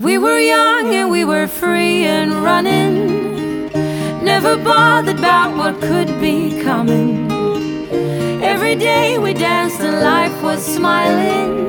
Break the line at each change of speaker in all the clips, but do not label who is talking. We were young and we were free and running. Never bothered about what could be coming. Every day we danced and life was smiling.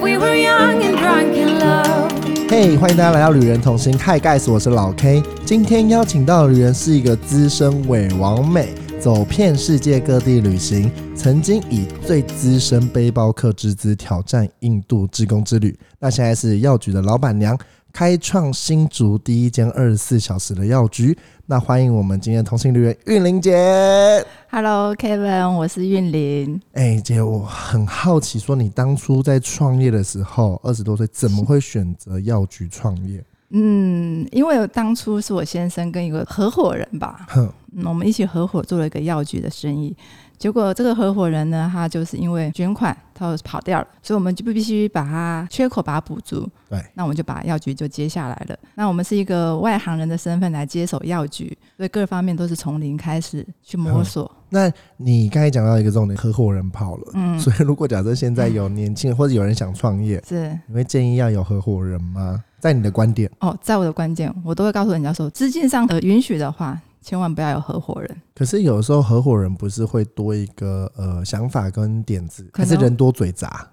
We were young and drunk in love.
嘿欢迎大家来到《旅人同行》嗨盖斯，我是老 K。今天邀请到的旅人是一个资深伪王美，走遍世界各地旅行，曾经以最资深背包客之姿挑战印度志工之旅。那现在是药局的老板娘，开创新竹第一间二十四小时的药局。那欢迎我们今天的同行旅人韵玲姐。
Hello Kevin，我是韵玲。
哎、姐，我很好奇，说你当初在创业的时候，二十多岁，怎么会选择药局创业？
嗯，因为当初是我先生跟一个合伙人吧，
哼。
嗯，我们一起合伙做了一个药局的生意。结果这个合伙人呢，他就是因为卷款，他跑掉了，所以我们就必须把他缺口把它补足。
对，
那我们就把药局就接下来了。那我们是一个外行人的身份来接手药局，所以各方面都是从零开始去摸索。
那你刚才讲到一个重点，合伙人跑了，
嗯，
所以如果假设现在有年轻人或者有人想创业，
是
你会建议要有合伙人吗？在你的观点，
哦，在我的观点，我都会告诉人家说，资金上的允许的话，千万不要有合伙人。
可是有时候合伙人不是会多一个呃想法跟点子，可
可能
是人多嘴杂，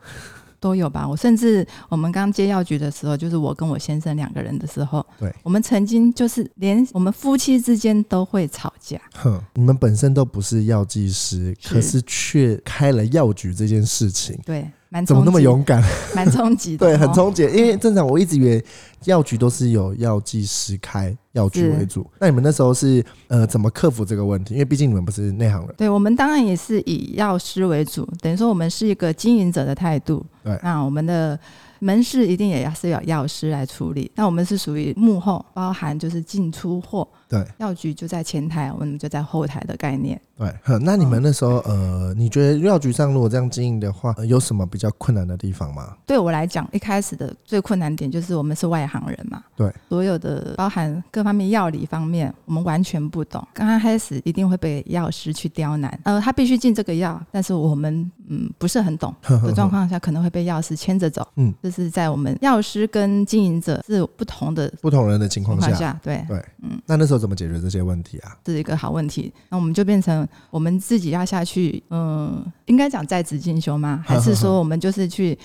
都有吧。我甚至我们刚接药局的时候，就是我跟我先生两个人的时候，
对，
我们曾经就是连我们夫妻之间都会吵架。
哼，你们本身都不是药剂师，
嗯是
可是却开了药局这件事情，
对，蛮
怎么那么
冲击
勇，敢？
蛮冲击 的哦，
对，很冲击，因为正常我一直以为药局都是有药剂师开药局
是
为主，那你们那时候是呃怎么克服这个问题？因为毕竟你们不是内行人。
对我们当然也是以药师为主，等于说我们是一个经营者的态度。
对
那我们的门市一定也要是有药师来处理。那我们是属于幕后，包含就是进出货。
对，
药局就在前台，我们就在后台的概念。
对，哼那你
哦
们那时候，呃，你觉得药局上如果这样经营的话、呃有什么比较困难的地方吗？
对我来讲，一开始的最困难点就是我们是外行人嘛，
对，
所有的包含各方面药理方面，我们完全不懂。刚刚开始一定会被药师去刁难，呃，他必须进这个药，但是我们嗯不是很懂的状况下，可能会被药师牵着走。
嗯，
这是在我们药师跟经营者是有不同的
不同人的情
情
况
况
下，
下，对，
对，那那时候怎么解决这些问题啊？
这是一个好问题。那我们就变成我们自己要下去，嗯，应该讲在职进修吗？还 是说我们就是去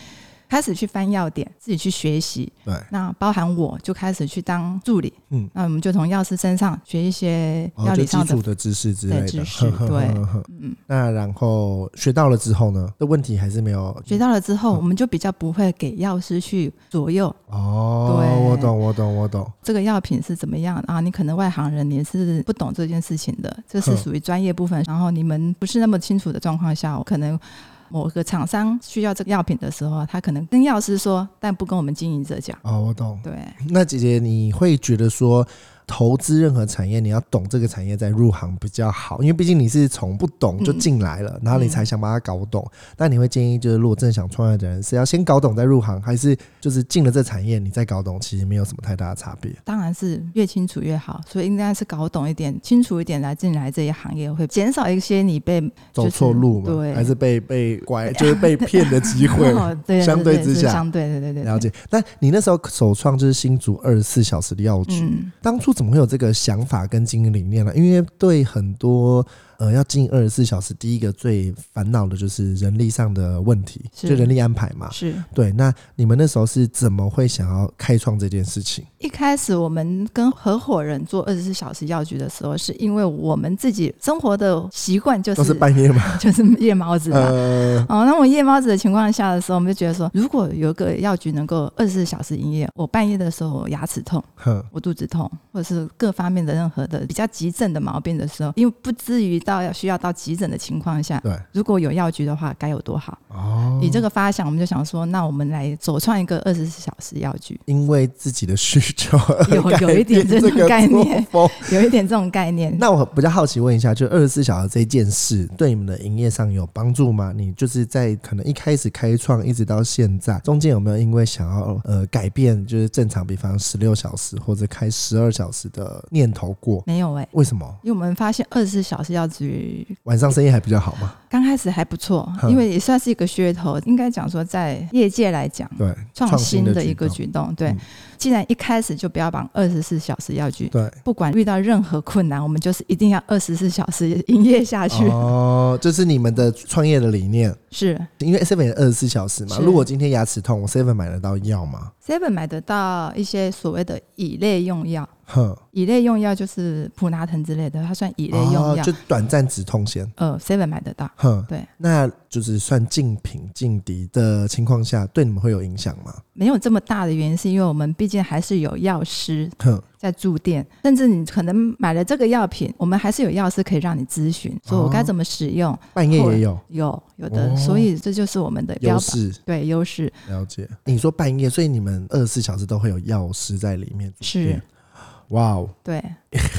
开始去翻药典，自己去学习？
对，
那包含我就开始去当助理，
嗯，
那我们就从药师身上学一些
哦
药
就
理
基
上的，
础的知识之类的
对知识对嗯，
那然后学到了之后呢？这问题还是没有
学到了之
嗯
后，我们就比较不会给药师去左右
哦。
对
我懂，我懂，我懂。
这个药品是怎么样啊？你可能外行人你是不懂这件事情的，这是
哼
属于专业部分。然后你们不是那么清楚的状况下，我可能某个厂商需要这个药品的时候，他可能跟药师说，但不跟我们经营者讲。
哦，我懂。
对，
那姐姐，你会觉得说，投资任何产业，你要懂这个产业再入行比较好，因为毕竟你是从不懂
嗯
就进来了，然后你才想把它搞懂。那你会建议，就是如果真的想创业的人，是要先搞懂再入行，还是就是进了这产业你再搞懂，其实没有什么太大的差别？
当然是越清楚越好，所以应该是搞懂一点、清楚一点来进来这一行业，会减少一些你被
走错路嘛，
就是对
还是被被 拐，就是被骗的机会。
哦对
相对之
是
下
相对对对对，
了解。那你那时候首创就是新竹二十四小时的药局，
嗯，
当初怎么会有这个想法跟经营理念呢？因为对很多呃要经营二十四小时，第一个最烦恼的就是人力上的问题，
是
就人力安排嘛。
是。
对，那你们那时候是怎么会想要开创这件事情？
一开始我们跟合伙人做二十四小时药局的时候，是因为我们自己生活的习惯就
都
是
是半夜吗？
就是夜猫子嘛。
呃，
哦，那我夜猫子的情况下的时候，我们就觉得说，如果有一个药局能够二十四小时营业，我半夜的时候我牙齿痛，
哼，
我肚子痛，或者是各方面的任何的比较急症的毛病的时候，因为不至于到要需要到急诊的情况下，
对，
如果有药局的话，该有多好！
哦，
以这个发想，我们就想说，那我们来首创一个二十四小时药局。
因为自己的需求而
有
改
有一点
变
这种
个
概
作
念
风。
有一点这种概念。
那我比较好奇问一下，就二十四小时这件事对你们的营业上有帮助吗？你就是在可能一开始开创一直到现在，中间有没有因为想要呃改变，就是正常，比方十六小时或者开十二小时的念头过？
没有哎、
为什么？
因为我们发现二十四小时药至于
晚上生意还比较好嘛？
刚开始还不错，
哼
因为也算是一个噱头，应该讲说在业界来讲。
对，
创新的
举
一个
动
举动，对
嗯。
既然一开始就不要绑二十四小时药局，
对。
不管遇到任何困难，我们就是一定要二十四小时营业下去。
哦，这是你们的创业的理念，
是
因为 Seven 二十四小时嘛。
是
如果今天牙齿痛，我 Seven 买得到药吗？
Seven 买得到一些所谓的乙类用药，
哼，
乙类用药就是普拿疼之类的，它算乙类用
哦，
药
就。短暂止痛先。
呃，Seven 买得到，
哼，
对，
那就是算竞品劲敌的情况下，对你们会有影响吗？
没有这么大的原因，是因为我们毕竟还是有药师
哼，
在驻店，甚至你可能买了这个药品，我们还是有药师可以让你咨询，说我该怎么使用，
半夜也有
有有的，
啊哦
所以这就是我们的标
优
榜。
势，
对优势
了解。你说半夜，所以你们二十四小时都会有药师在里面。
是，
哇哦，
对，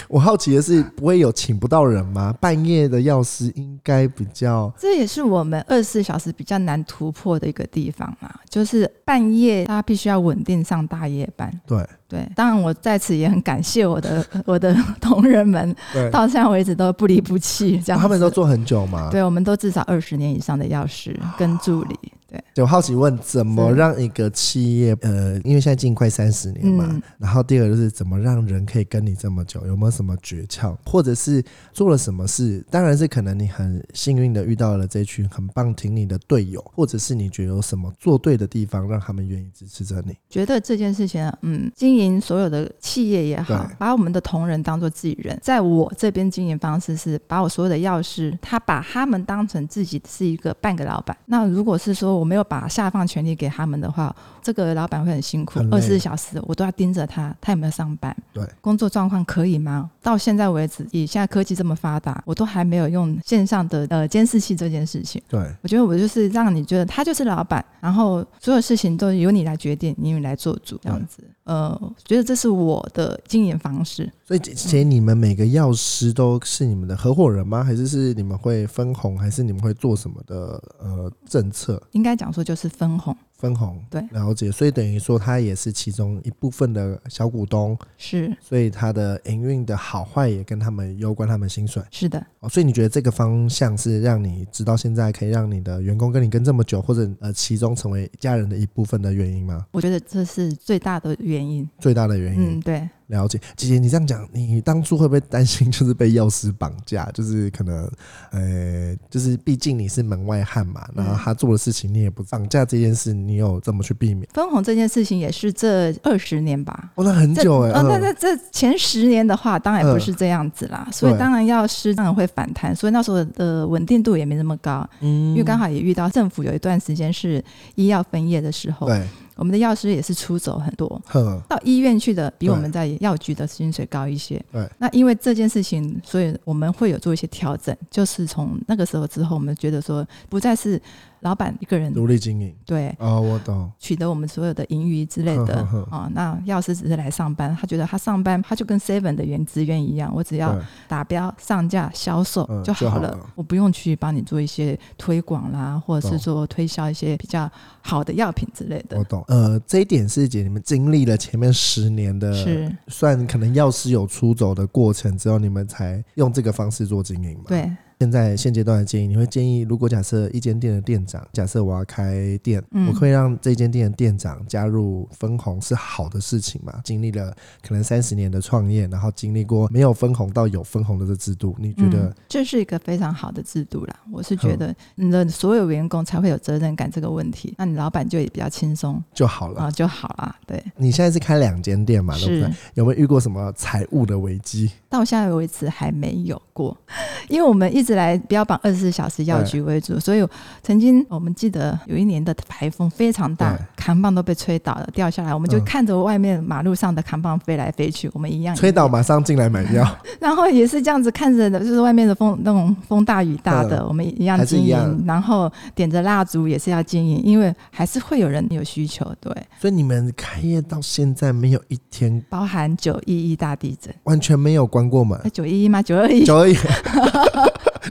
我好奇的是，不会有请不到人吗？半夜的药师应该比较
这也是我们二十四小时比较难突破的一个地方嘛，就是半夜他必须要稳定上大夜班。
对
对，当然我在此也很感谢我的 我的同仁们，
对，哦
到现在为止都不离不弃，这样子、
他们都做很久嘛。
对，我们都至少二十年以上的药师跟助理，对，
我好奇问，怎么让一个企业，呃，因为现在进快三十年嘛，
嗯
然后第二个就是怎么让人可以跟你这么久，有没有什么诀窍，或者是做了什么事？当然是可能你很幸运的遇到了这群很棒挺你的队友，或者是你觉得有什么做对的地方，让他们愿意支持着你。
觉得这件事情，嗯，经营所有的企业也好
对，
把我们的同仁当做自己人，在我这边经营方式是把我所有的药师，他把他们当成自己是一个半个老板。那如果是说我没有把下放权力给他们的话，这个老板会很辛苦
很，累
二十四小时我都要盯着他，他有没有上班？
对，
工作状况可以吗？到现在为止，以现在科技这么发达，我都还没有用线上的呃监视器这件事情。
对，
我觉得我就是让你觉得他就是老板，然后所有事情都由你来决定，你来做主这样子。
嗯
呃，觉得这是我的经营方式。
所以姐姐，你们每个药师都是你们的合伙人吗？还是是你们会分红，还是你们会做什么的呃政策？
应该讲说就是分红，
分红，
对
了解，所以等于说他也是其中一部分的小股东，
是
所以他的营运的好坏也跟他们攸关他们薪水
是的，
哦。所以你觉得这个方向是让你直到现在可以让你的员工跟你跟这么久，或者呃其中成为家人的一部分的原因吗？
我觉得这是最大的原因。
最大的原因，
嗯，对，
了解。姐姐，你这样讲，你当初会不会担心就是被药师绑架？就是可能，呃，就是毕竟你是门外汉嘛，然
嗯
后他做的事情你也不绑架这件事，你有这么去避免？
分红这件事情也是这二十年吧。
哦，那很
这
久哎、
哦，那
嗯
那这前十年的话，当然不是这样子啦，所以
对
当然药师当然会反弹，所以那时候的稳定度也没那么高，
嗯
因为刚好也遇到政府有一段时间是医药分业的时候，
对，
我们的药师也是出走很多，
哼，
到医院去的比
对
我们在药局的薪水高一些。
对，
那因为这件事情，所以我们会有做一些调整，就是从那个时候之后，我们觉得说不再是老板一个人
独立经营。
对
哦，我懂。
取得我们所有的盈余之类的
呵呵
啊、哦那药师只是来上班，他觉得他上班他就跟 Seven 的原职员一样，我只要
对
达标、上架、销售
嗯
就好
就
了，
好了
我不用去帮你做一些推广啦，或者是
懂
说推销一些比较好的药品之类的
我。懂。呃，这一点是姐你们经历了前面十年的，
是
算可能药师有出走的过程之后，你们才用这个方式做经营嘛？。
对，
现在现阶段的建议，你会建议，如果假设一间店的店长，假设我要开店，
嗯
我会让这间店的店长加入分红是好的事情嘛？经历了可能三十年的创业，然后经历过没有分红到有分红的这制度，你觉得？
嗯、这是一个非常好的制度啦。我是觉得你的所有员工才会有责任感这个问题，那你老板就也比较轻松
就好了。
啊就好啦。对，
你现在是开两间店嘛？对不
是
对？有没有遇过什么财务的危机？
到现在为止还没有过， 因为我们一直来标榜二十四小时药局为主，所以曾经我们记得有一年的台风非常大
对，
扛棒都被吹倒了掉下来，我们就
嗯
看着外面马路上的扛棒飞来飞去，我们一样
吹倒马上进来买药，
然后也是这样子看着的，就是外面的风那种风大雨大的，我们一样
嗯还是
经
一样
营，然后点着蜡烛也是要经营，因为还是会有人有需求，对，
所以你们开业到现在没有一天
包含九一一大地震，
完全没有关过门
哎，，九一一吗？九二一
嗯九 而已，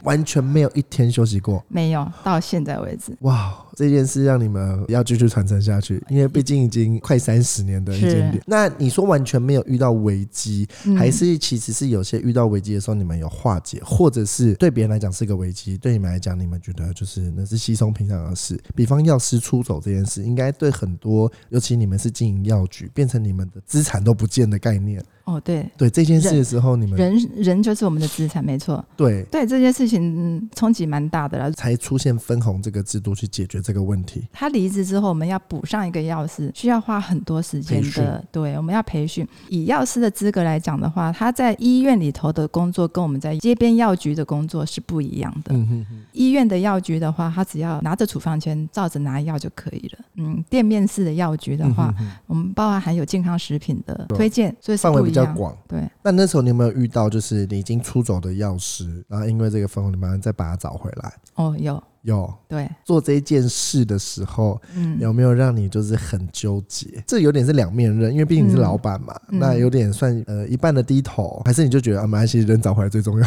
完全没有一天休息过。
没有，到现在为止，
哇，这件事让你们要继续传承下去，因为毕竟已经快三十年的一间店
是。
那你说完全没有遇到危机，
嗯
还是其实是有些遇到危机的时候，你们有化解，或者是对别人来讲是个危机，对你们来讲，你们觉得就是那是稀松平常的事。比方药师出走这件事，应该对很多，尤其你们是经营药局，变成你们的资产都不见的概念。
哦，对，
对这件事的时候，你们
人人就是我们的资产，没错。
对
对这件事情、嗯、冲击蛮大的啦。
才出现分红这个制度去解决这个问题。
他离职之后，我们要补上一个药师，需要花很多时间
培训
的。对，我们要培训。以药师的资格来讲的话，他在医院里头的工作跟我们在街边药局的工作是不一样的。
嗯哼哼，
医院的药局的话，他只要拿着处方签，照着拿药就可以了。嗯，店面式的药局的话，
嗯哼哼
我们包含含有健康食品的
对
推荐，所以是
范围
不
比
一
较
样。
广。
对，
那那时候你有没有遇到，就是你已经出走的药师，然后因为这个分红，你们再把它找回来？
哦，有，
有
对，
做这件事的时候，
嗯，
有没有让你就是很纠结？这有点是两面刃，因为毕竟你是老板嘛，
嗯嗯
那有点算呃一半的低头，还是你就觉得啊，没关系，人找回来最重 要。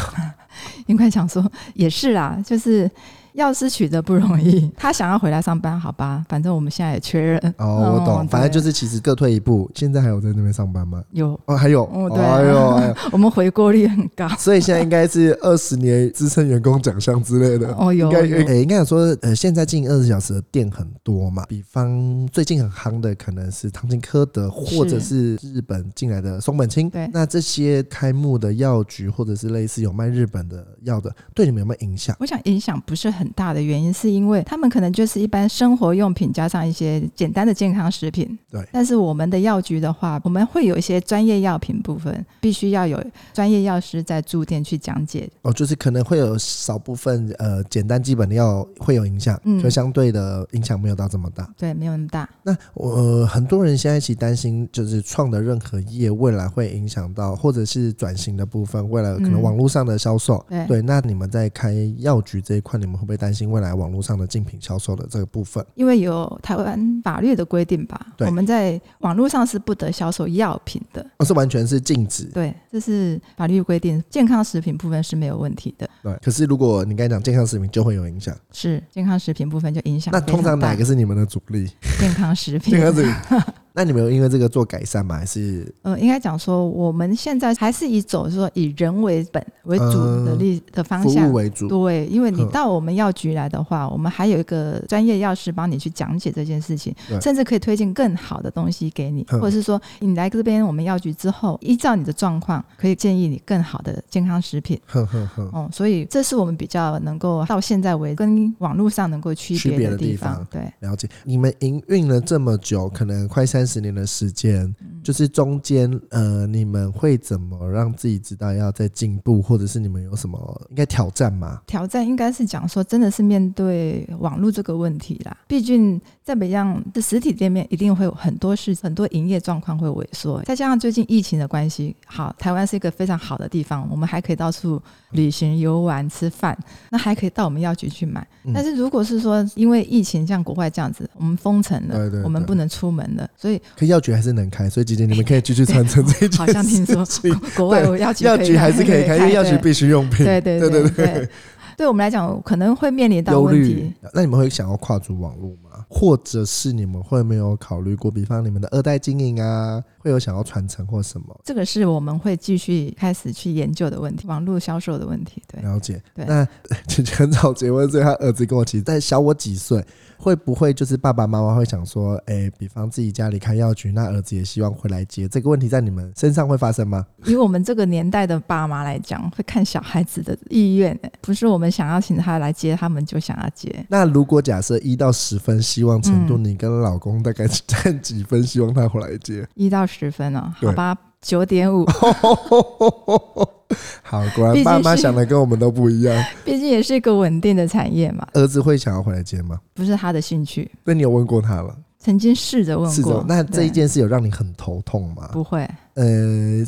应该想说也 是啦，就是药师取得不容易， 他想要回来上班，好吧，反正我们现在也缺人。
哦，我懂，
对
反正就是其实各退一步。现在还有在那边上班吗？
有，
哦，还有，
哦对
哎呦，哎呦，
我们回锅率很高。
所以现在应该是二十年资深员工奖项之 类的。
哦，有
呃应该
有
诶、应该讲说，呃，现在经营二十小时的店很多嘛，比方最近很夯的可能是唐吉诃德，或者是日本进来的松本清。
对
那这些开幕的药局或者是类似有卖日本的药的，对你们有没有影响？
我想影响不是很大的原因，是因为他们可能就是一般生活用品加上一些简单的健康食品。
对
但是我们的药局的话，我们会有一些专业药品部分，必须要有专业药师在驻店去讲解。
哦，就是可能会有少部分呃简单基本的药会有影响，
嗯
可相对的影响没有到这么大。
对，没有那么大。
那我、呃很多人现在其实担心，就是创的任何业未来会影响到，或者是转型的部分，未来可能
嗯
网络上的销售、
对
对，那你们在开药局这一块，你们会不会担心未来网络上的竞品销售的这个部分？
因为有台湾法律的规定吧，
对
我们在网络上是不得销售药品的。
而哦是完全是禁止？
对，这是法律规定，健康食品部分是没有问题的，
对。可是如果你刚才讲健康食品，就会有影响。
是健康食品部分就影响
那
非常大。
通常哪个是你们的主力？
健康食品
健？康食品？那你们有因为这个做改善吗？还是
呃，应该讲说，我们现在还是以走说以人为本为主的
嗯
立的方
服
向
务。为主？
对，因为你
嗯
到我们药局来的话，我们还有一个专业药师帮你去讲解这件事情
对，
甚至可以推荐更好的东西给你，
嗯
或者是说你来这边我们药局之后，依照你的状况，可以建议你更好的健康食品。
哼哼哼。
哦、所以这是我们比较能够到现在为跟网络上能够区
区别
别
的
的
地
地
方
方。对，
了解，你们营运了这么久，
嗯
可能快三十年的时间，就是中间呃，你们会怎么让自己知道要再进步，或者是你们有什么应该挑战吗？
挑战应该是讲说，真的是面对网络这个问题啦。毕竟再怎么样，这实体店面一定会有很多事，很多营业状况会萎缩。再加上最近疫情的关系，好，台湾是一个非常好的地方，我们还可以到处旅行、游玩、吃饭，那还可以到我们药局去买
嗯。
但是如果是说因为疫情像国外这样子，我们封城了，
对对对
我们不能出门了，所以
可药局还是能开，所以姐姐你们可以继续传承这一件事情。
好像 听说国国外有药局可以
药局还是可以开，因为药局
对
必需用品。
对对
对
对
对
对，对我们来讲可能会面临到
忧
问
虑
题。。
那你们会想要跨足网络吗？或者是你们会没有考虑过，比方你们的二代经营啊，会有想要传承或什么？
这个是我们会继续开始去研究的问题，网络销售的问题。对，
了解。
对
那 姐姐很早结婚，所以她儿子跟我其实在小我几岁，会不会就是爸爸妈妈会想说，哎、比方自己家里开药局，那儿子也希望回来接这个问题，在你们身上会发生吗？
以我们这个年代的爸妈来讲，会看小孩子的意愿，哎不是我们想要请他来接，他们就想要接。
那如果假设一到十分希望程度，
嗯
你跟老公大概 是占几分希望他回来接？
一到十分哦，
对
好吧，九 点五，
好，果然
毕竟
爸妈
是
想的跟我们都不一样。
毕竟也是一个稳定的产业嘛，
儿子会想要回来接吗？
不是他的兴趣。
那你有问过他了？
曾经试着
是
问
的
过，，
那这一
对
件事有让你很头痛吗？
不会
呃，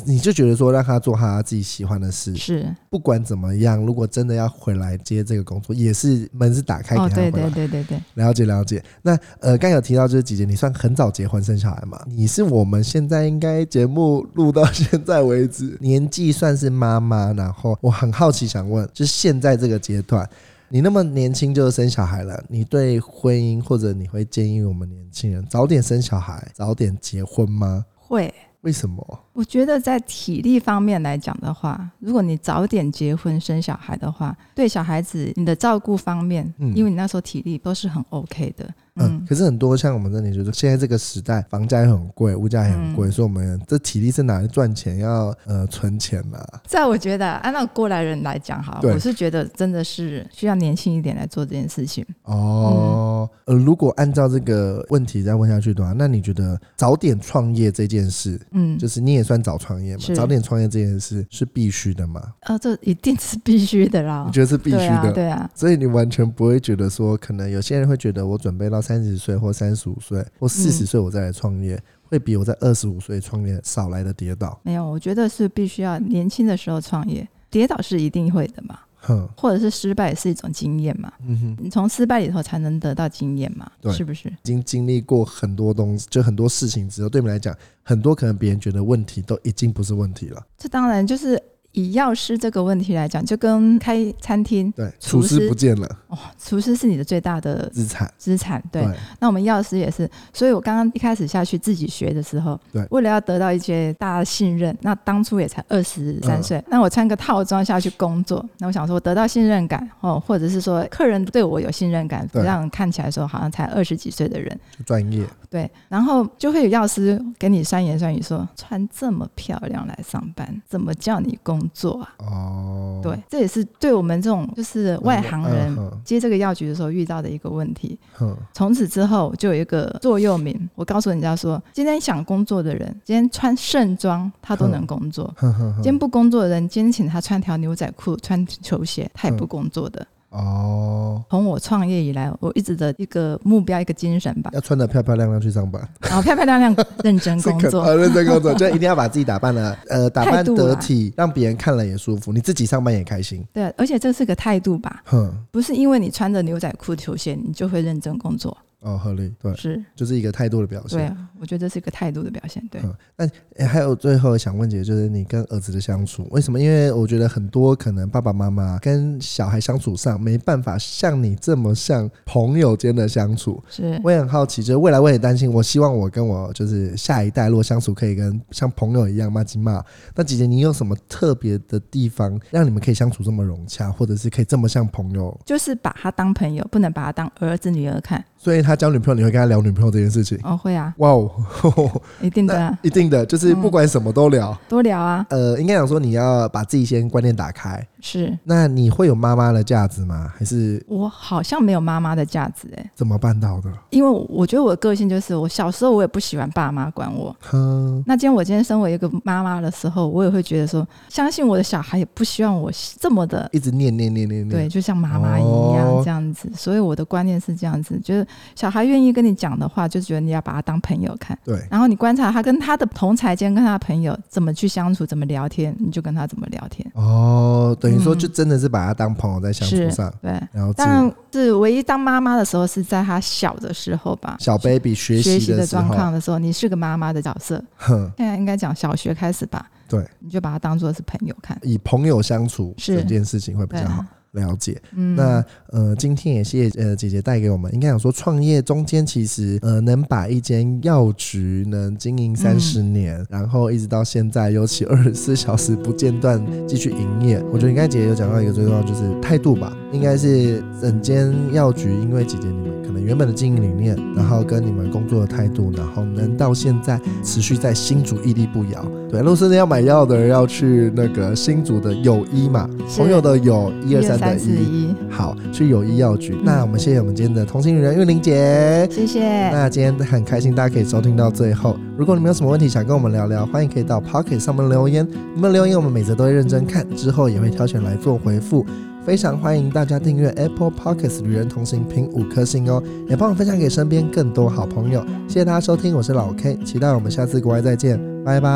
你就觉得说让他做他自己喜欢的事，
是
不管怎么样，如果真的要回来接这个工作，也是门是打开给
哦，
他回来。
对对对对对，
了解了解。那呃，刚有提到就是姐姐，你算很早结婚生小孩嘛？你是我们现在应该节目录到现在为 止，年纪算是妈妈。然后我很好奇，想问，就是现在这个阶段。你那么年轻就生小孩了，你对婚姻或者你会建议我们年轻人早点生小孩、早点结婚吗？
会。
为什么？
我觉得在体力方面来讲的话，如果你早点结婚生小孩的话，对小孩子你的照顾方面，
嗯
因为你那时候体力都是很 OK 的，
嗯，可是很多像我们这里，就是现在这个时代，房价也很贵，物价也很
嗯
贵，所以我们这体力是哪来赚钱？要呃存钱 呐、
在我觉得，按照过来人来讲哈，
对
我是觉得真的是需要年轻一点来做这件事情。
哦，呃，如果按照这个问题再问下去的话，那你觉得早点创业这件事，
嗯，
就是你也算早创业嘛？
是
早点创业这件事是必须的吗？
呃，这一定是必须的啦
你，觉得是必须
对啊，
的？
对啊，
所以你完全不会觉得说，可能有些人会觉得我准备到三十岁或三十五岁或四
嗯
十岁我再来创业，会比我在二十五岁创业少来的跌倒。
没有，我觉得是必须要年轻的时候创业，跌倒是一定会的嘛，
哼，
或者是失败也是一种经验嘛，
嗯哼，
你从失败里头才能得到经验嘛
对，
是不是？
已经经历过很多东西，就很多事情之后，对你们来讲，很多可能别人觉得问题都已经不是问题了。
这当然就是以药师这个问题来讲，就跟开餐厅，
对，
厨
厨
师
师不见了，
厨师是你的最大的
资产。
资产，对。那我们药师也是，所以我刚刚一开始下去自己学的时候，
对
为了要得到一些大家的信任，那当初也才二十
嗯
三岁，那我穿个套装下去工作，那我想说我得到信任感哦，或者是说客人对我有信任感，不
对
让人看起来说好像才二十几岁的人，
就专业，
对，然后就会有药师给你酸言酸语说穿这么漂亮来上班，怎么叫你工作啊？
哦，
对，这也是对我们这种就是外行人
嗯哼
接这个药局的时候遇到的一个问题。
哼，
从此之后，就有一个座右铭，我告诉人家说：今天想工作的人，今天穿盛装他都
嗯
能工作；
哼哼
今
哼，
天不工作的人，今天请他穿条牛仔裤、穿球鞋，他也
嗯
不工作的。
哦，
从我创业以来，我一直的一个目标、一个精神吧，
要穿的漂漂亮亮去上班，
然后漂漂亮亮、认真
是
工
可
作。
呃认真工作，就一定要把自己打扮 的呃打扮
态度啊
得
啦
体，让别人看了也舒服，你自己上班也开心。
对，而且这是个态度吧，
哼，
不是因为你穿着牛仔裤、球鞋，你就会认真工作。
哦，合理，对，
是，
就是一个态度的表现
对。，啊我觉得这是一个态度的表现。对，
嗯，那、诶还有最后想问姐，就是你跟儿子的相处，为什么？因为我觉得很多可能爸爸妈妈跟小孩相处上没办法像你这么像朋友间的相处。
是
我也很好奇，就是未来我也担心，我希望我跟我就是下一代如果相处可以跟像朋友一样骂鸡骂。那姐姐，你有什么特别的地方让你们可以相处这么融洽，或者是可以这么像朋友？
就是把他当朋友，不能把他当儿子女儿看。
所以他交女朋友，你会跟他聊女朋友这件事情？
哦，会啊，
哇哦，
一定的、啊，
一定的，就是不管什么都聊。
多聊啊，
呃，应该讲说你要把自己先观念打开。
是。
那你会有妈妈的价值吗？还是
我好像没有妈妈的价值哎、
怎么办到的？
因为我觉得我的个性就是，我小时候我也不喜欢爸妈管我。
哼，
那今天我今天身为一个妈妈的时候，我也会觉得说，相信我的小孩也不希望我这么的，
一直念念念念
对，
念。
就像妈妈一
哦
样这样子。所以我的观念是这样子，就是小孩愿意跟你讲的话，就觉得你要把他当朋友看。
对
然后你观察他跟他的同才间、跟他的朋友怎么去相处、怎么聊天，你就跟他怎么聊天。
哦，等于说
嗯
就真的是把他当朋友在相处
是
上。
对，
然后
当然是唯一当妈妈的时候是在他小的时候吧，
小 baby 学
学
习
习的
的时
状
候
况，的时候，你是个妈妈的角色。
哼，
现在应该讲小学开始吧，
对，
你就把它当做是朋友看。
以朋友相处
是
这件事情会比
对
较好
啊，
了解。
嗯，
那呃，今天也谢谢呃姐姐带给我们，应该讲说创业中间其实呃能把一间药局能经营三十年，然后一直到现在，尤其二十四小时不间断继续营业，我觉得应该姐姐有讲到一个最重要就是态度吧，应该是整间药局因为姐姐你们可能原本的经营理念，然后跟你们工作的态度，然后能到现在持续在新竹屹立不摇。对，如果真的要买药的人要去那个新竹的友一嘛，
是
朋友的友一
一
二三的
四
一。
一，
好，去友谊药局。那我们谢谢我们今天的同行人玉玲姐。
谢谢，
那今天很开心，大家可以收听到最后。如果你们有什么问题想跟我们聊聊，欢迎可以到 Pocket 上面留言。你们留言我们每则都会认真看，之后也会挑选来做回复。非常欢迎大家订阅 Apple Pockets 旅人同行评五颗星哦，也帮我分享给身边更多好朋友。谢谢大家收听，我是老 K，期待我们下次国外再见，拜拜。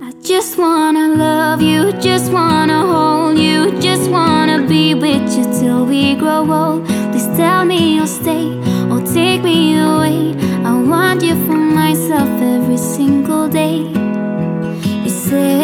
I just wanna love you, just wanna hold you, just wanna be with you till we grow old. Please tell me you'll stay or take me away. I want you for myself every single day. You say